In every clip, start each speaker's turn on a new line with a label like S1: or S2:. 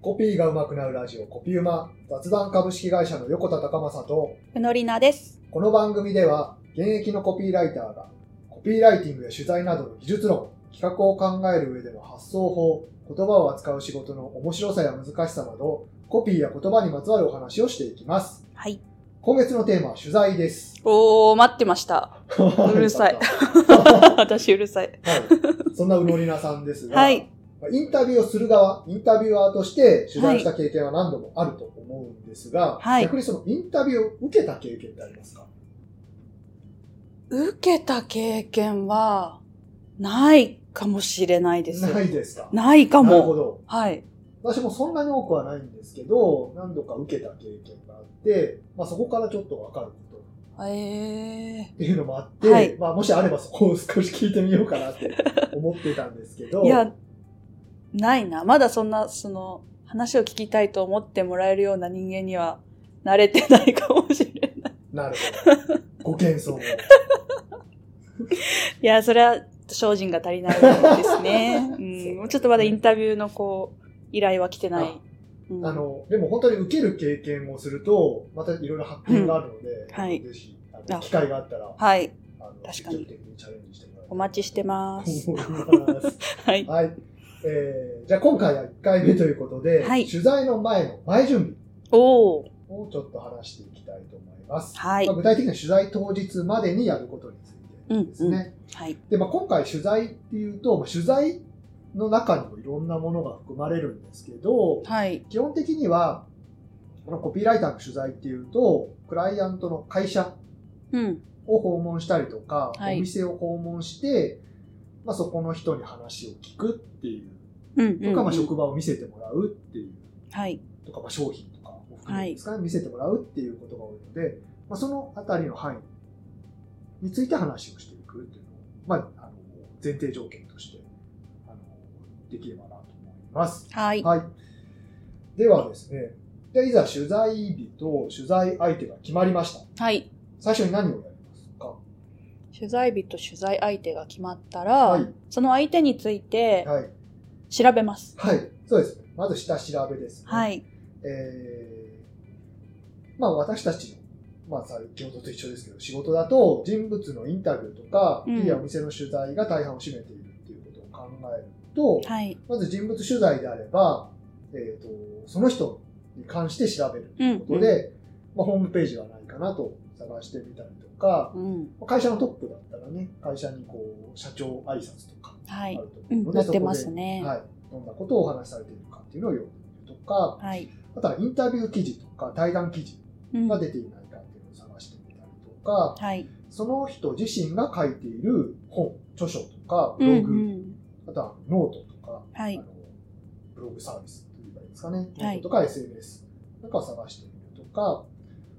S1: コピーが上手くなるラジオコピウマ雑談株式会社の横田隆正と、
S2: ふのりなです。
S1: この番組では現役のコピーライターがコピーライティングや取材などの技術論、企画を考える上での発想法、言葉を扱う仕事の面白さや難しさなど、コピーや言葉にまつわるお話をしていきます。
S2: はい。
S1: 今月のテーマは取材です。
S2: おー、待ってました。 うるさい
S1: は
S2: 私うるさい。
S1: い。そんなうのりなさんですが、
S2: はい。
S1: まあインタビューをする側、インタビュアーとして取材した経験は何度もあると思うんですが、
S2: はい
S1: 逆にそのインタビューを受けた経験ってありますか
S2: 受けた経験は、ないかもしれないです。
S1: ないですか
S2: ないか
S1: なるほ
S2: も。
S1: ど。
S2: はい。
S1: 私もそんなに多くはないんですけど、何度か受けた経験があって、まあ、そこからちょっとわかること
S2: えー。
S1: っていうのもあって、
S2: はい
S1: まあ、もしあればそこを少し聞いてみようかなって思ってたんですけど、
S2: いや、ないな。まだそんな、その、話を聞きたいと思ってもらえるような人間には、慣れてないかもし れない。
S1: なるほど。ご謙 遜を。
S2: いや、それは、精進が足りないです ね。うん。もうちょっとまだインタビューの、こう、依頼は来てない。うん
S1: あの、でも本当に受ける経験をすると、またいろいろ発見があるので、
S2: はい
S1: ぜひ、あの
S2: あ
S1: 機会があったら、
S2: はい。
S1: あの
S2: 確かに
S1: 積極的にチャレンジしてもらいたい
S2: お待ちしてます。
S1: 思います。
S2: は い。
S1: はい。えー、じゃあ今回は1回目ということで、
S2: はい
S1: 取材の前の前準
S2: おお。
S1: 備をちょっと話していきたいと思います。
S2: はい
S1: まあ、。具体的には取材当日までにやることについてですね。
S2: うはい。
S1: で、まあ、今回取材っていうと、まあ、取材の中にもいろんなものが含まれるんですけど、
S2: はい。
S1: 基本的には、このコピーライターの取材っていうと、クライアントの会社
S2: うん。
S1: を訪問したりとか、
S2: はい
S1: お店を訪問して、まあ、そこの人に話を聞くっていう、
S2: うん
S1: と
S2: うん、
S1: か、
S2: うん。
S1: まあ、職場を見せてもらうっていう、
S2: はい。
S1: とか、まあ、商品とかも含めてですかね、見せてもらうっていうことが多いので、まあ、そのあたりの範囲について話をしていくっていうのを、まあ、あの前提条件としてあのできればなと思います。
S2: はい。
S1: はい。ではですね、じゃあいざ取材日と取材相手が決まりました。
S2: はい。
S1: 最初に何をやりますか
S2: 取材日と取材相手が決まったら、
S1: はい
S2: その相手について
S1: はい。
S2: 調べます。
S1: はい。そうですね。まず下調べです、ね。。
S2: はいい。
S1: えー、まあ私たちの、まあ先ほどと一緒ですけど、仕事だと人物のインタビューとか、
S2: うん
S1: いやお店の取材が大半を占めているっていうことを考えると、
S2: はい。
S1: まず人物取材であれば、えー、とその人に関して調べるということで、まあ、ホームページがないかなと探してみたりとか、
S2: うん。
S1: 会社のトップだったらね、会社にこう社長挨拶とか
S2: は
S1: ある
S2: い。
S1: と
S2: う
S1: 思
S2: ん。
S1: うので、
S2: なっ
S1: そ
S2: て
S1: こ
S2: ます
S1: で
S2: ね。
S1: はい、どんなことをお話しされているかっていうのを読んでみるとか、
S2: はい。
S1: あとはインタビュー記事とか対談記事
S2: うん
S1: が出ていないかっていうのを探してみたりとか、
S2: はい。
S1: その人自身が書いている本、著書とか
S2: う
S1: ブ
S2: ん
S1: ロ
S2: う
S1: グ、
S2: ん。
S1: あとはノートとか、
S2: はい
S1: あのブログサービスといえばいいですかね、
S2: はい
S1: とか SNS なんかを探してみるとか、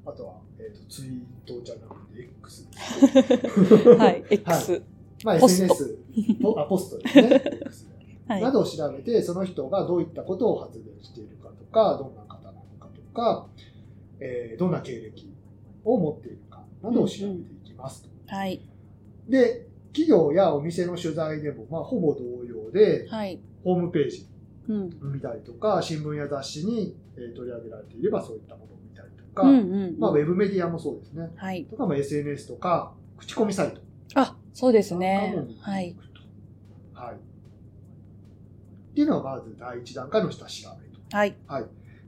S1: あとは、えー、とツイートじゃなくて X ですね。
S2: はい。X。
S1: まあ、
S2: ポスト
S1: SNS、ポあポストです ね。X
S2: はい。
S1: などを調べて、その人がどういったことを発言しているかとか、どんな方なのかとか、えーどんな経歴を持っているかなどを調べていきますと。
S2: はい。
S1: で、企業やお店の取材でも、まあ、ほぼ同様で、
S2: はい。
S1: ホームページ
S2: うん。
S1: 見たりとか、新聞や雑誌にえー取り上げられていればそういったものを見たりとか、
S2: うんうん。
S1: まあ、ウェブメディアもそうですね。
S2: はい。
S1: とか、まあ、SNS とか、口コミサイト
S2: あ、そうです
S1: なん
S2: ね
S1: かも見。
S2: は
S1: てい
S2: い。
S1: くと。はい。っていうのがまず第一段階の下調べと。
S2: はい。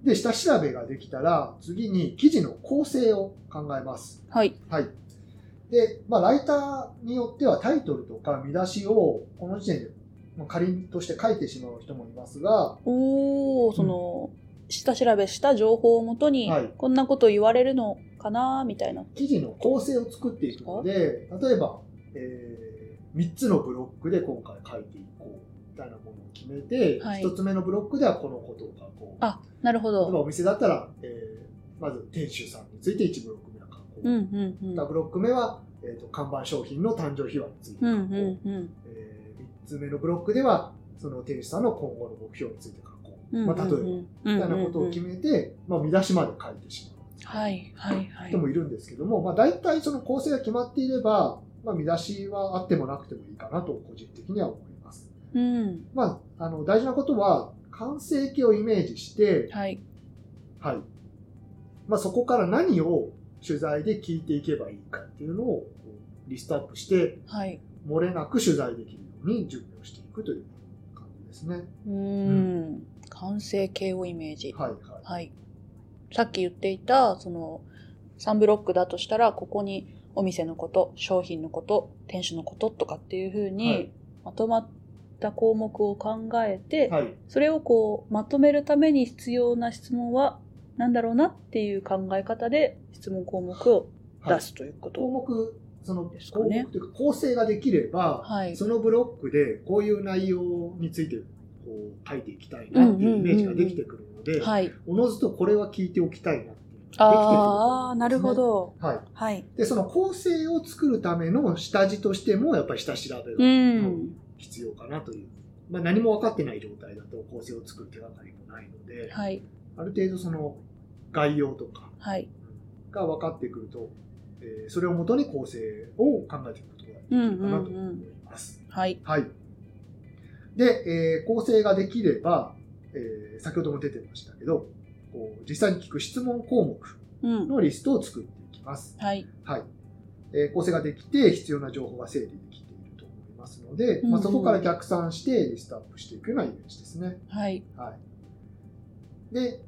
S1: で、下調べができたら、次に記事の構成を考えます。
S2: はい。
S1: はい。で、まあ、ライターによってはタイトルとか見出しをこの時点でまあ仮として書いてしまう人もいますが、
S2: おお、その、下調べした情報をもとに、
S1: はい
S2: こんなこと言われるのかなみたいな。
S1: 記事の構成を作っていくので、例えば、え3つのブロックで今回書いていこうみたいなものを決めて、
S2: はい
S1: 1つ目のブロックではこのことを書こう。
S2: あなるほ
S1: 例えば
S2: ど。
S1: お店だったら、えーまず店主さんについて1ブロック目は書こう。
S2: うんうんう
S1: 2
S2: ん。
S1: ブロック目は、えー、と看板商品の誕生秘話について書こう、
S2: うんうんうん。
S1: え3つ目のブロックではその店主さんの今後の目標について書こう、
S2: うん
S1: まあ、例えば、みたいなことを決めて、まあ、見出しまで書いてしまう
S2: はいはいはい
S1: 人。もいるんですけども、まあ、大体その構成が決まっていれば、まあ、見出しはあってもなくてもいいかなと個人的には思います、
S2: うん。
S1: まあ、あの大事なことは完成形をイメージして、
S2: はい。
S1: はいまあ、そこから何を取材で聞いていけばいいかっていうのをこうリストアップして
S2: はい。
S1: 漏れなく取材できるように準備をしていくという感じですね。
S2: うーん。完成形をイメージ。
S1: はいはい
S2: はい。さっき言っていた、その、3ブロックだとしたら、ここにお店のこと、商品のこと、店主のこととかっていうふう
S1: はい
S2: に、まとまった項目を考えて、
S1: はい
S2: それをこう、まとめるために必要な質問は、なんだろうなっていう考え方で質問項目を
S1: はい
S2: 出すというこ
S1: 項
S2: と
S1: 目その
S2: ですか
S1: 項
S2: ね
S1: 目というか構成ができれば、
S2: はい
S1: そのブロックでこういう内容についてこう書いていきたいなっていうイメージができてくるので、
S2: はい。
S1: おのずとこれは聞いておきたいなっていうのができてくる
S2: ああ、なるほど。
S1: はい、
S2: はい。
S1: でその構成を作るための下地としてもやっぱり下調べ
S2: う
S1: が
S2: ん。
S1: 必要かなという、まあ、何も分かってない状態だと構成を作る手がかりもないので、
S2: はい。
S1: ある程度その概要とか
S2: はい。
S1: が分かってくると、えーそれをもとに構成を考えていくことができ
S2: うんう
S1: るか
S2: ん
S1: なと
S2: う
S1: 思い
S2: ん。
S1: ます。
S2: はい。
S1: はい、で、えー構成ができれば、えー先ほども出てましたけどこう実際に聞く質問項目
S2: うん。
S1: のリストを作っていきます。
S2: はい。
S1: はいえー構成ができて必要な情報が整理できていると思いますので、
S2: うん
S1: まあ、そこから逆算してリストアップしていくようなイメージですね。
S2: はい。
S1: はい、で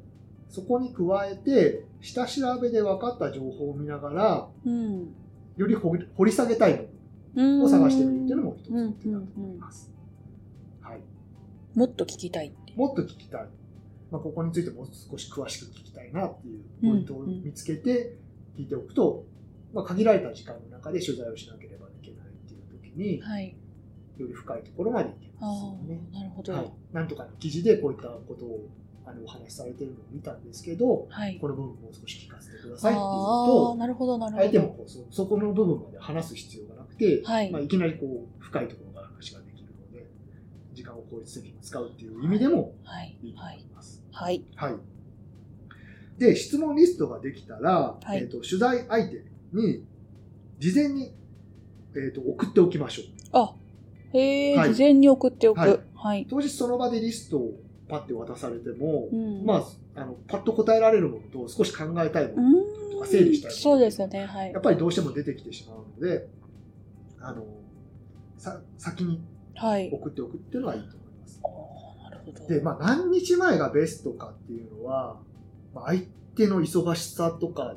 S1: そこに加えて下調べで分かった情報を見ながら
S2: うん。
S1: より掘り掘り下げたいものを
S2: を
S1: 探してみるっていうのも一つの手だと
S2: うんうん
S1: 思
S2: う
S1: い
S2: ん
S1: ます。はい、
S2: もっと聞きたいっていう。
S1: もっと聞きたい、まあ、ここについてもう少し詳しく聞きたいなっていうポイントを見つけて聞いておくと、まあ、限られた時間の中で取材をしなければいけないっていう時に、
S2: はい。
S1: より深いところまでいけ
S2: あ
S1: ますよね。
S2: あ、なるほど。は
S1: はい
S2: い。、
S1: なんとかの記事でこういったことをあのお話しされてるのを見たんですけど、この部分もう少し聞かせてくださいっていう
S2: ああ、
S1: と、
S2: なるほど、なる
S1: 相
S2: ほ
S1: 手
S2: ど。
S1: もこうそそこの部分まで話す必要がなくて、
S2: はい
S1: まあ、いきなりこう深いところから話ができるので、時間を効率的に使うっていう意味でも
S2: はい
S1: いい。と
S2: は
S1: 思い
S2: い。
S1: ます。
S2: はい。
S1: はい。で、質問リストができたら、
S2: はい
S1: えっと取材相手に事前に、えっと送っておきましょう。
S2: あ、へ
S1: は
S2: え、
S1: い
S2: 事前に送ってお
S1: はい
S2: く。はい。
S1: 当日その場でリストをパッて渡されても、
S2: うん。
S1: まあ、あのパッと答えられるものと少し考えたいも
S2: う
S1: の、
S2: ん。
S1: とか整理したい
S2: そうですよね。はい
S1: やっ。ぱりどうしても出てきてしまうのであのさ先に
S2: はい。
S1: 送っておくっていうのはいいと思います
S2: あーなるほど。
S1: で、まあ、何日前がベストかっていうのは、まあ、相手の忙しさとか、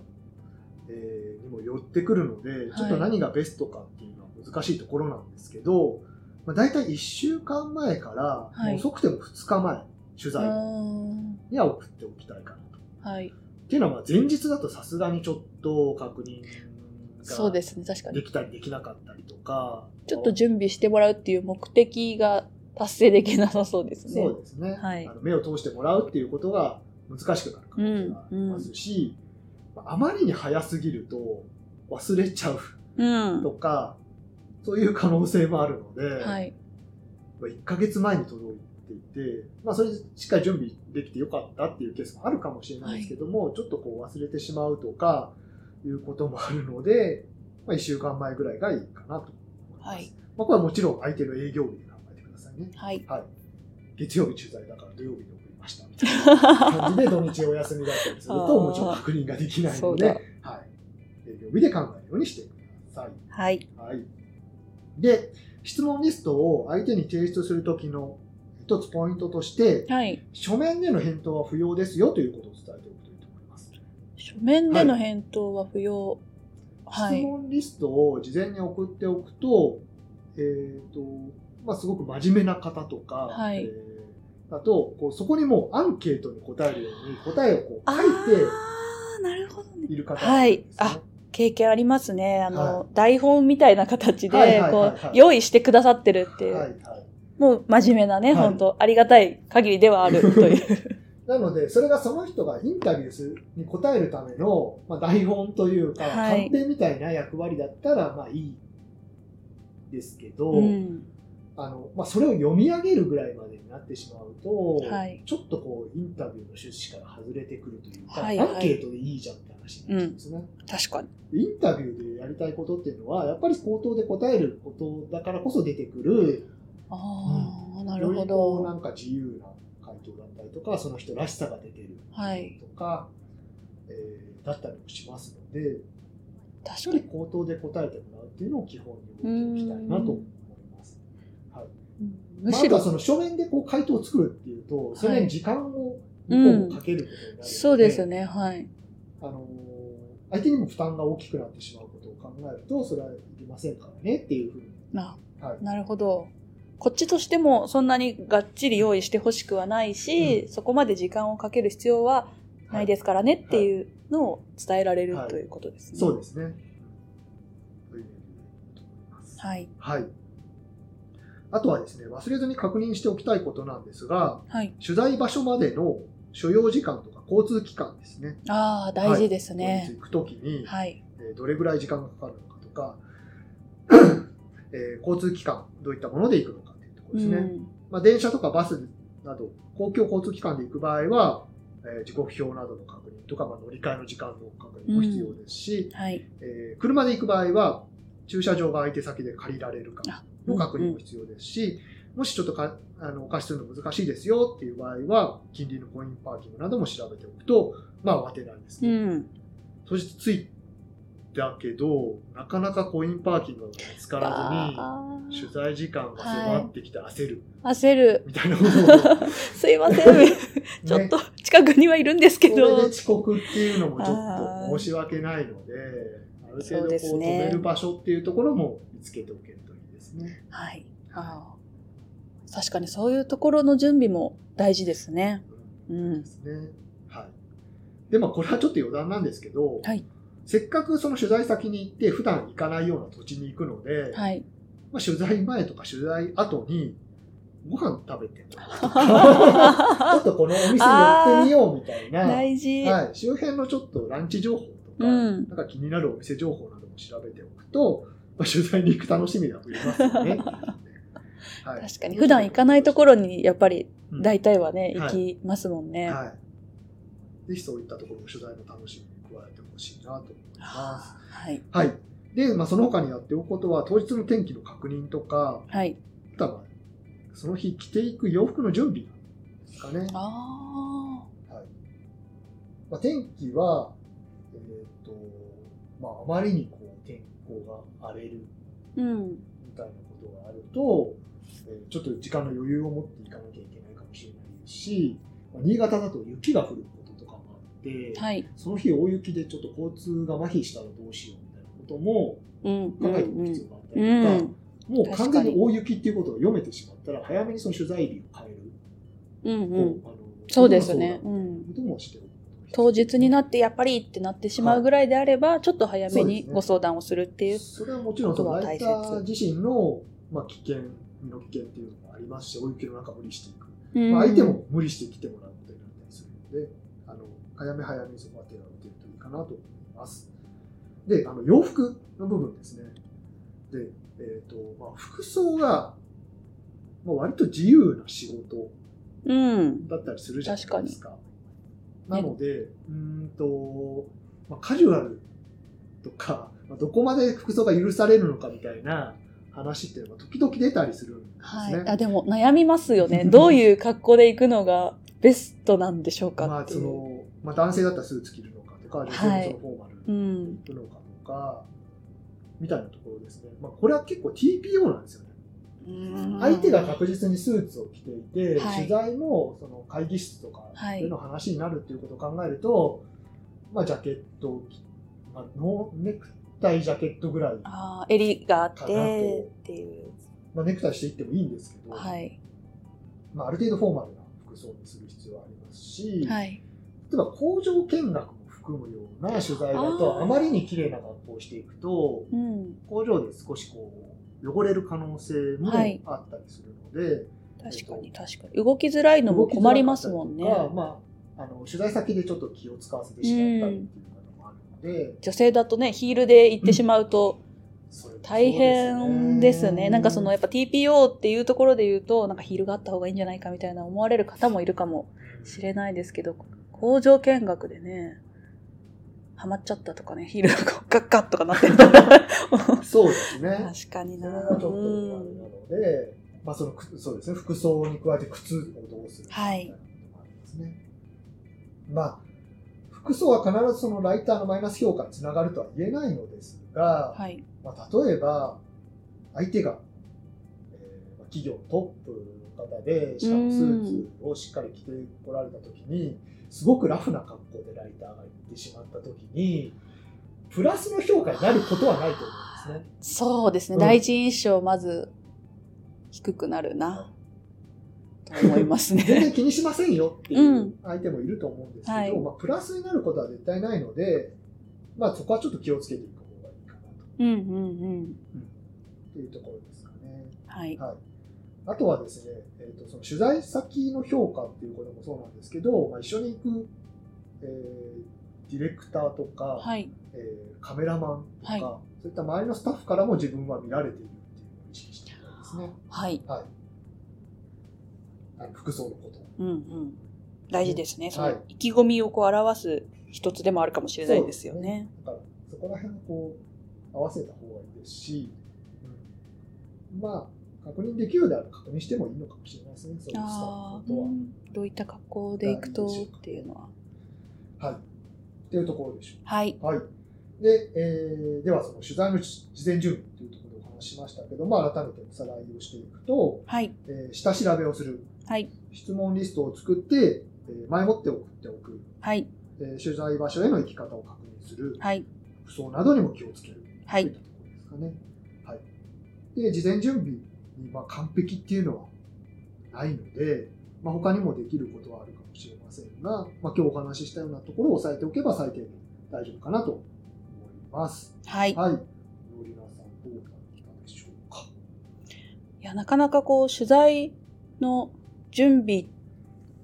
S1: えーにも寄ってくるので、
S2: い
S1: ちょっと何がベストかっていうのは難しいところなんですけど、まあ、大体1週間前から、
S2: は
S1: も
S2: い
S1: う遅くても2日前取
S2: うー
S1: 材
S2: ん。
S1: には送っておきたいかなと。
S2: はい。
S1: っていうのはまあ前日だとさすがにちょっと確認
S2: そうで
S1: が
S2: すね。確か
S1: で
S2: に。
S1: きたりできなかったりとか
S2: ちょっと準備してもらうっていう目的が達成できなさそうですね
S1: そ。うですね、
S2: はい
S1: あの目を通してもらうっていうことが難しくなる可能性がありますし、まああまりに早すぎると忘れちゃう
S2: うん
S1: と。かそういう可能性もあるので、
S2: はい。
S1: まあ1ヶ月前に届いていて、まあ、それでしっかり準備できてよかったっていうケースもあるかもしれないですけども、ちょっとこう忘れてしまうとかいうこともあるので、まあ、1週間前ぐらいがいいかなと思います。
S2: はい
S1: まあ、これはもちろん相手の営業日で考えてくださいね。
S2: はい。
S1: はい、月曜日取材だから土曜日に送りましたみたいな感じで土日お休みだったりする
S2: あ
S1: と
S2: ー
S1: もちろん確認ができない
S2: そ
S1: の
S2: う
S1: で、
S2: だ
S1: はい、営業日で考えるようにしてください。
S2: はい。
S1: はい。で、質問リストを相手に提出するときの一つポイントとして、
S2: はい。
S1: 書面での返答は不要ですよということを伝えておくといいと思います。
S2: 書面での返答は不要。は
S1: 質
S2: い。
S1: 問リストを事前に送っておくと、えっ、と、まあ、すごく真面目な方とか、
S2: はい
S1: えーだとこう、そこにもうアンケートに答えるように答えをこう
S2: あ
S1: 書い
S2: あ、なるほどね。
S1: ている方
S2: はい
S1: ですね
S2: あ経験ありますね。あの、
S1: は
S2: 台本みたいな形で、
S1: はいはいはいはい
S2: こう、用意してくださってるっていう、
S1: はいはい。
S2: もう真面目なね、
S1: はい
S2: 本当ありがたい限りではあると いう。
S1: なので、それがその人がインタビューするに答えるための、まあ、台本というか、
S2: は
S1: 判
S2: い
S1: 定みたいな役割だったら、まあいいですけど、
S2: うん。
S1: あのまあ、それを読み上げるぐらいまでになってしまうと、
S2: はい
S1: ちょっとこう、インタビューの趣旨から外れてくるというか、
S2: はいはい
S1: アンケートでいいじゃんって話になっちゃうんですね。
S2: 確かに。
S1: インタビューでやりたいことっていうのは、やっぱり口頭で答えることだからこそ出てくる、
S2: ああ、なる
S1: よ
S2: ほ
S1: りこうな
S2: ど。
S1: んか自由な回頭だったりとか、その人らしさが出てる
S2: はい。
S1: とか、えーだったりもしますので、しっ
S2: 確
S1: か
S2: か
S1: り
S2: に。
S1: 口頭で答えてもらうっていうのを基本に置いていきたいなと思います。
S2: むし
S1: ま
S2: ろ、
S1: ああとはその書面でこう回答を作るっていうと、それに時間を
S2: う
S1: 向こうんもかけることになるので、
S2: そうですよね。はい。
S1: あのー相手にも負担が大きくなってしまうことを考えると、それはいりませんからねっていうふうに。
S2: な
S1: はい
S2: なるほど。こっちとしてもそんなにがっちり用意してほしくはないし、そこまで時間をかける必要はないですからねっていうのを伝えられる
S1: はい
S2: ということですね。
S1: そうですね。ということになります
S2: はい。
S1: はい。あとはですね、忘れずに確認しておきたいことなんですが、
S2: はい。
S1: 取材場所までの所要時間とか交通機関ですね。
S2: ああ、大事です
S1: 当日
S2: ね。
S1: 行くときに、
S2: はい。
S1: えーどれぐらい時間がかかるのかとか、 えー交通機関、どういったもので行くのかっていうところですね。
S2: うん
S1: まあ、電車とかバスなど、公共交通機関で行く場合は、えー時刻表などの確認とか、まあ、乗り換えの時間の確認も必要ですし、
S2: はい。
S1: えー車で行く場合は、駐車場が相手先で借りられるかの確認も必要ですし、もしちょっとかあのお貸しするの難しいですよっていう場合は、近隣のコインパーキングなども調べておくと、まあ、慌てないです
S2: う
S1: ね。
S2: ん。
S1: そしてついたけど、なかなかコインパーキングが見つから
S2: あ
S1: ずに、取
S2: ー
S1: 材時間が迫ってきて焦る
S2: 焦る。
S1: みたいな ことを、
S2: すいません。ちょっ
S1: ね
S2: と近くにはいるんですけ
S1: これで
S2: ど。
S1: 遅刻っていうのもちょ
S2: あ
S1: っと
S2: ー
S1: 申し訳ないので、ある
S2: そ
S1: 程度こ
S2: うで
S1: う
S2: す
S1: 止
S2: ね
S1: める場所っていうところも見つけておけるといいですね。
S2: はい。あー確かにそういうところの準備も大事ですね。う
S1: で
S2: ん。
S1: すね。はい。でもこれはちょっと余談なんですけど、
S2: はい
S1: せっかくその取材先に行って普段行かないような土地に行くので、
S2: はい。
S1: まあ、取材前とか取材後にご飯食べてもらうとか ちょっとこのお店寄ってみようみたいな、
S2: 大事。
S1: はい、周辺のちょっとランチ情報とか、
S2: うん
S1: なんか気になるお店情報なども調べておくと、まあ、取材に行く楽しみが増えますよね。はい
S2: 確かに普段行かないところにやっぱり
S1: うん
S2: 大体はね、
S1: うん
S2: 行きますもんね、
S1: はい。ぜひそういったところも取材の楽しみに加えてほしいなと思います。
S2: はい
S1: はい。で、まあ、その他にやっておくことは、当日の天気の確認とか、
S2: はい
S1: あとはまあその日着ていく洋服の準備ですかね。
S2: あ
S1: まあ、天気は、えっと、まあ、あまりにこう天候が荒れる
S2: ーうん
S1: みたいなことがあると、えーちょっと時間の余裕を持っていかなきゃいけないかもしれないし、まあ新潟だと雪が降ることとかもあって、
S2: はい
S1: その日大雪でちょっと交通が麻痺したらどうしようみたいなことも
S2: うんう
S1: 考えておく必
S2: ん
S1: 要があった
S2: う
S1: りとか、
S2: ん
S1: もう完全に大雪っていうことを読めてしまったら早めにその取材日を変える、
S2: うんう
S1: も
S2: ん
S1: あの
S2: そうですね、
S1: こ
S2: う
S1: ともそうだ
S2: ん、
S1: こともしておく
S2: 当日になってやっぱりってなってしまうぐらいであれば、ちょっと早め
S1: そうで
S2: に
S1: すね
S2: ご相談をするっていう
S1: それはもちろんそのライター自身の、まあ、危険身の危険っていうのもありますし大雪の中無理していく
S2: うん
S1: まあ、相手も無理して来てもらうことになったりするので、あの早め早めにそこは手が打てるといいかなと思います。で、あの洋服の部分ですね。で、えっ、と、まあ、服装が、まあ、割と自由な仕事
S2: うん
S1: だったりするじゃないですか。なので、うーんと、まあ、カジュアルとか、まあ、どこまで服装が許されるのかみたいな話っていうのが時々出たりするんですね。
S2: はい、あでも悩みます よねどういう格好で行くのがベストなんでしょう
S1: ま
S2: か
S1: あ
S2: ってい、
S1: そうのまあ、男性だったらスーツ着るのかとか、女性もそのフォーマルに
S2: うん
S1: 行くのかとか、みたいなところですね、まあ、これは結構 TPO なんですよね、相手が確実にスーツを着ていて、
S2: はい
S1: 取材もその会議室とか
S2: はい
S1: での話になるっていうことを考えると、まあ、ジャケットを着、まあ、ノーネクタイ、ジャケットぐらい、
S2: あー襟があって
S1: かなと
S2: っていう
S1: まあ、ネクタイしていってもいいんですけど、
S2: はい
S1: まあ、ある程度フォーマルな服装にする必要はありますし。
S2: はい
S1: 例えば工場見学も含むような取材だと
S2: あー
S1: あまりに綺麗な格好をしていくと
S2: うん
S1: 工場で少しこう汚れる可能性も
S2: はい
S1: あったりするので、
S2: 確かに確かに動きづらいのも困りますもんね
S1: 動きづらかったりとかまあ、あの取材先でちょっと気を使わせてしまったりっていうのもあるので、
S2: 女性だとねヒールで行ってしまうと
S1: それも
S2: 大変ですね,、
S1: そう
S2: なんかそのやっぱ TPO っていうところで言うとなんかヒールがあった方がいいんじゃないかみたいな思われる方もいるかもしれないですけど工場見学でねハマっちゃったとかねヒールがこうガッガッとかなっ てる確
S1: そうですね
S2: かに
S1: そ
S2: な
S1: れがちょっとあれ
S2: うん
S1: なので、まあ、その靴そうですね服装に加えて靴をどうするかみたいな
S2: はい
S1: ですね。まあ、服装は必ずそのライターのマイナス評価につながるとは言えないのですが、
S2: はい。
S1: まあ、例えば、相手が、えーまあ企業トップの方で、しかもスーツをしっかり着てこられたときに、すごくラフな格好でライターが行ってしまったときに、プラスの評価になることはないと思うんですね。
S2: そうですね。
S1: うん
S2: 第一印象、まず、低くなるな、と思います
S1: 全然
S2: ね。
S1: 気にしませんよって
S2: う
S1: いうん相手もいると思うんですけど、
S2: はい
S1: まあ、プラスになることは絶対ないので、まあ、そこはちょっと気をつけていく方がいいかなと
S2: うんうんうん。
S1: っていうところですかね。
S2: はい。
S1: はい、あとはですね、えー、とその取材先の評価っていうこともそうなんですけど、まあ、一緒に行く、えーディレクターとか、
S2: はい。
S1: えーカメラマンとか、
S2: はい
S1: そういった周りのスタッフからも自分は見られているっていうのを意識していたんですね。
S2: はい。
S1: はいあの服装のこと
S2: うんうん。大事ですね。そ
S1: はい
S2: の意気込みをこう表す一つでもあるかもしれないですよ
S1: そうです
S2: ね。
S1: だからそこら辺をこう合わせた方がいいですし、うんまあ確認できるようであれば確認してもいいのかもしれないですね、そういうスタッフ
S2: あ
S1: の
S2: あ、
S1: ことは。
S2: うんどういった格好で行くと
S1: 大事でしょうか
S2: っていうのは。
S1: はい。っていうところでしょう
S2: はい。
S1: はい。で、えーではその取材の事前準備というところでお話ししましたけど、まあ、改めておさらいをしていくと、
S2: はい。
S1: えー下調べをする。
S2: はい。
S1: 質問リストを作って、えー前もって送っておく。
S2: はい。
S1: えー取材場所への行き方を確認する。
S2: はい。
S1: 服装などにも気をつける。
S2: は
S1: とい
S2: い
S1: っ。たところですかね。はい。で、事前準備に、まあ、完璧っていうのはないので、まあ、他にもできることはあるかもしれませんが、まあ、今日お話ししたようなところを押さえておけば最低限大丈夫かなと思います。
S2: はい。
S1: はい。ノリナさん、どうだったでしょうか。
S2: いや、なかなかこう、取材の準備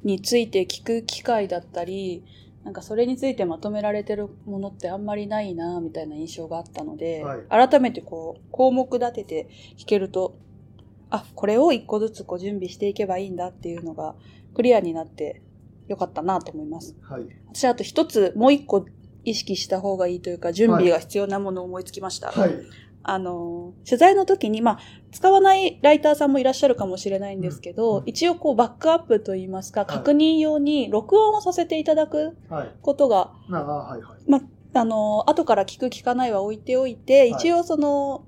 S2: について聞く機会だったり、なんかそれについてまとめられてるものってあんまりないな、みたいな印象があったので、改めてこう、項目立てて聞けると、あ、これを一個ずつこう準備していけばいいんだっていうのがクリアになってよかったなと思います。
S1: はい。
S2: 私あと一つ、もう一個意識した方がいいというか、準備が必要なものを思いつきました。
S1: はい。
S2: あの、取材の時に、まあ、使わないライターさんもいらっしゃるかもしれないんですけど、
S1: うん
S2: 一応こうバックアップといいますか、
S1: い
S2: 確認用に録音をさせていただく
S1: はい。
S2: ことが、
S1: なあ、はいはい。
S2: あの、後から聞く聞かないは置いておいて、
S1: はい
S2: 一応その、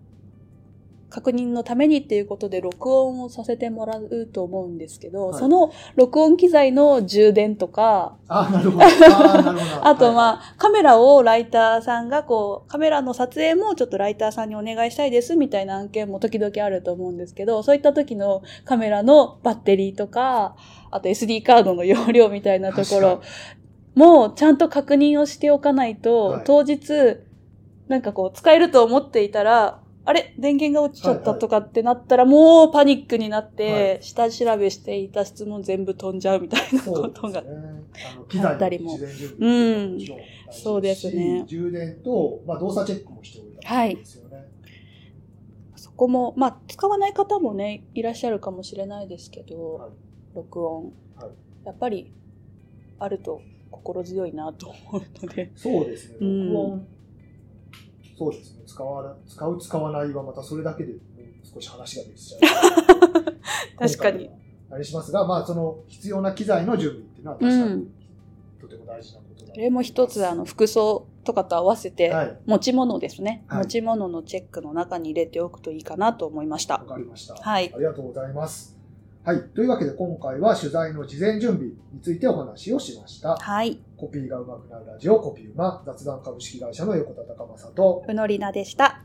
S2: 確認のためにっていうことで録音をさせてもらうと思うんですけど、
S1: はい
S2: その録音機材の充電とか、
S1: あ、なるほど。あ、なるほど。
S2: あと、まあ、カメラをライターさんが、こう、カメラの撮影もちょっとライターさんにお願いしたいですみたいな案件も時々あると思うんですけど、そういった時のカメラのバッテリーとか、あと SD カードの容量みたいなところもちゃんと確認をしておかないと、
S1: はい
S2: 当日、なんかこう、使えると思っていたら、あれ電源が落ちちゃ
S1: は
S2: っ
S1: いは
S2: た
S1: い
S2: とかってなったら、もうパニックになって、
S1: は
S2: 下調べしていた質問全部飛んじゃうみたいな
S1: そ
S2: こ
S1: うで
S2: と
S1: すね
S2: が。。
S1: あの、機材の事前準備っていうのももちろん大事し
S2: そうですね
S1: 充電と、まあ、動作チェックもしておいた方がいいですよね。
S2: そこも、まあ、使わない方もね、いらっしゃるかもしれないですけど、
S1: はい
S2: 録音、
S1: はい
S2: やっぱり、あると心強いなと思うので、
S1: そうですね。
S2: うん
S1: 録音、そうですね。使わな使う、使わないはまたそれだけでもう少し話ができちゃう。
S2: 確かに。。
S1: あれしますが、まあ、その必要な機材の準備っていうのは確
S2: う
S1: かに
S2: ん。
S1: とても大事なことだと思います。
S2: それも一つ、あの、服装とかと合わせて、
S1: はい。
S2: 持ち物ですね、
S1: はい
S2: 持ち物のチェックの中に入れておくといいかなと思いました
S1: わ。かりました。
S2: はい
S1: ありがとうございます。はい。というわけで今回は取材の事前準備についてお話をしました。
S2: はい。
S1: コピーがうまくなるラジオ、コピー馬、雑談株式会社の横田隆正と、
S2: うのりなでした。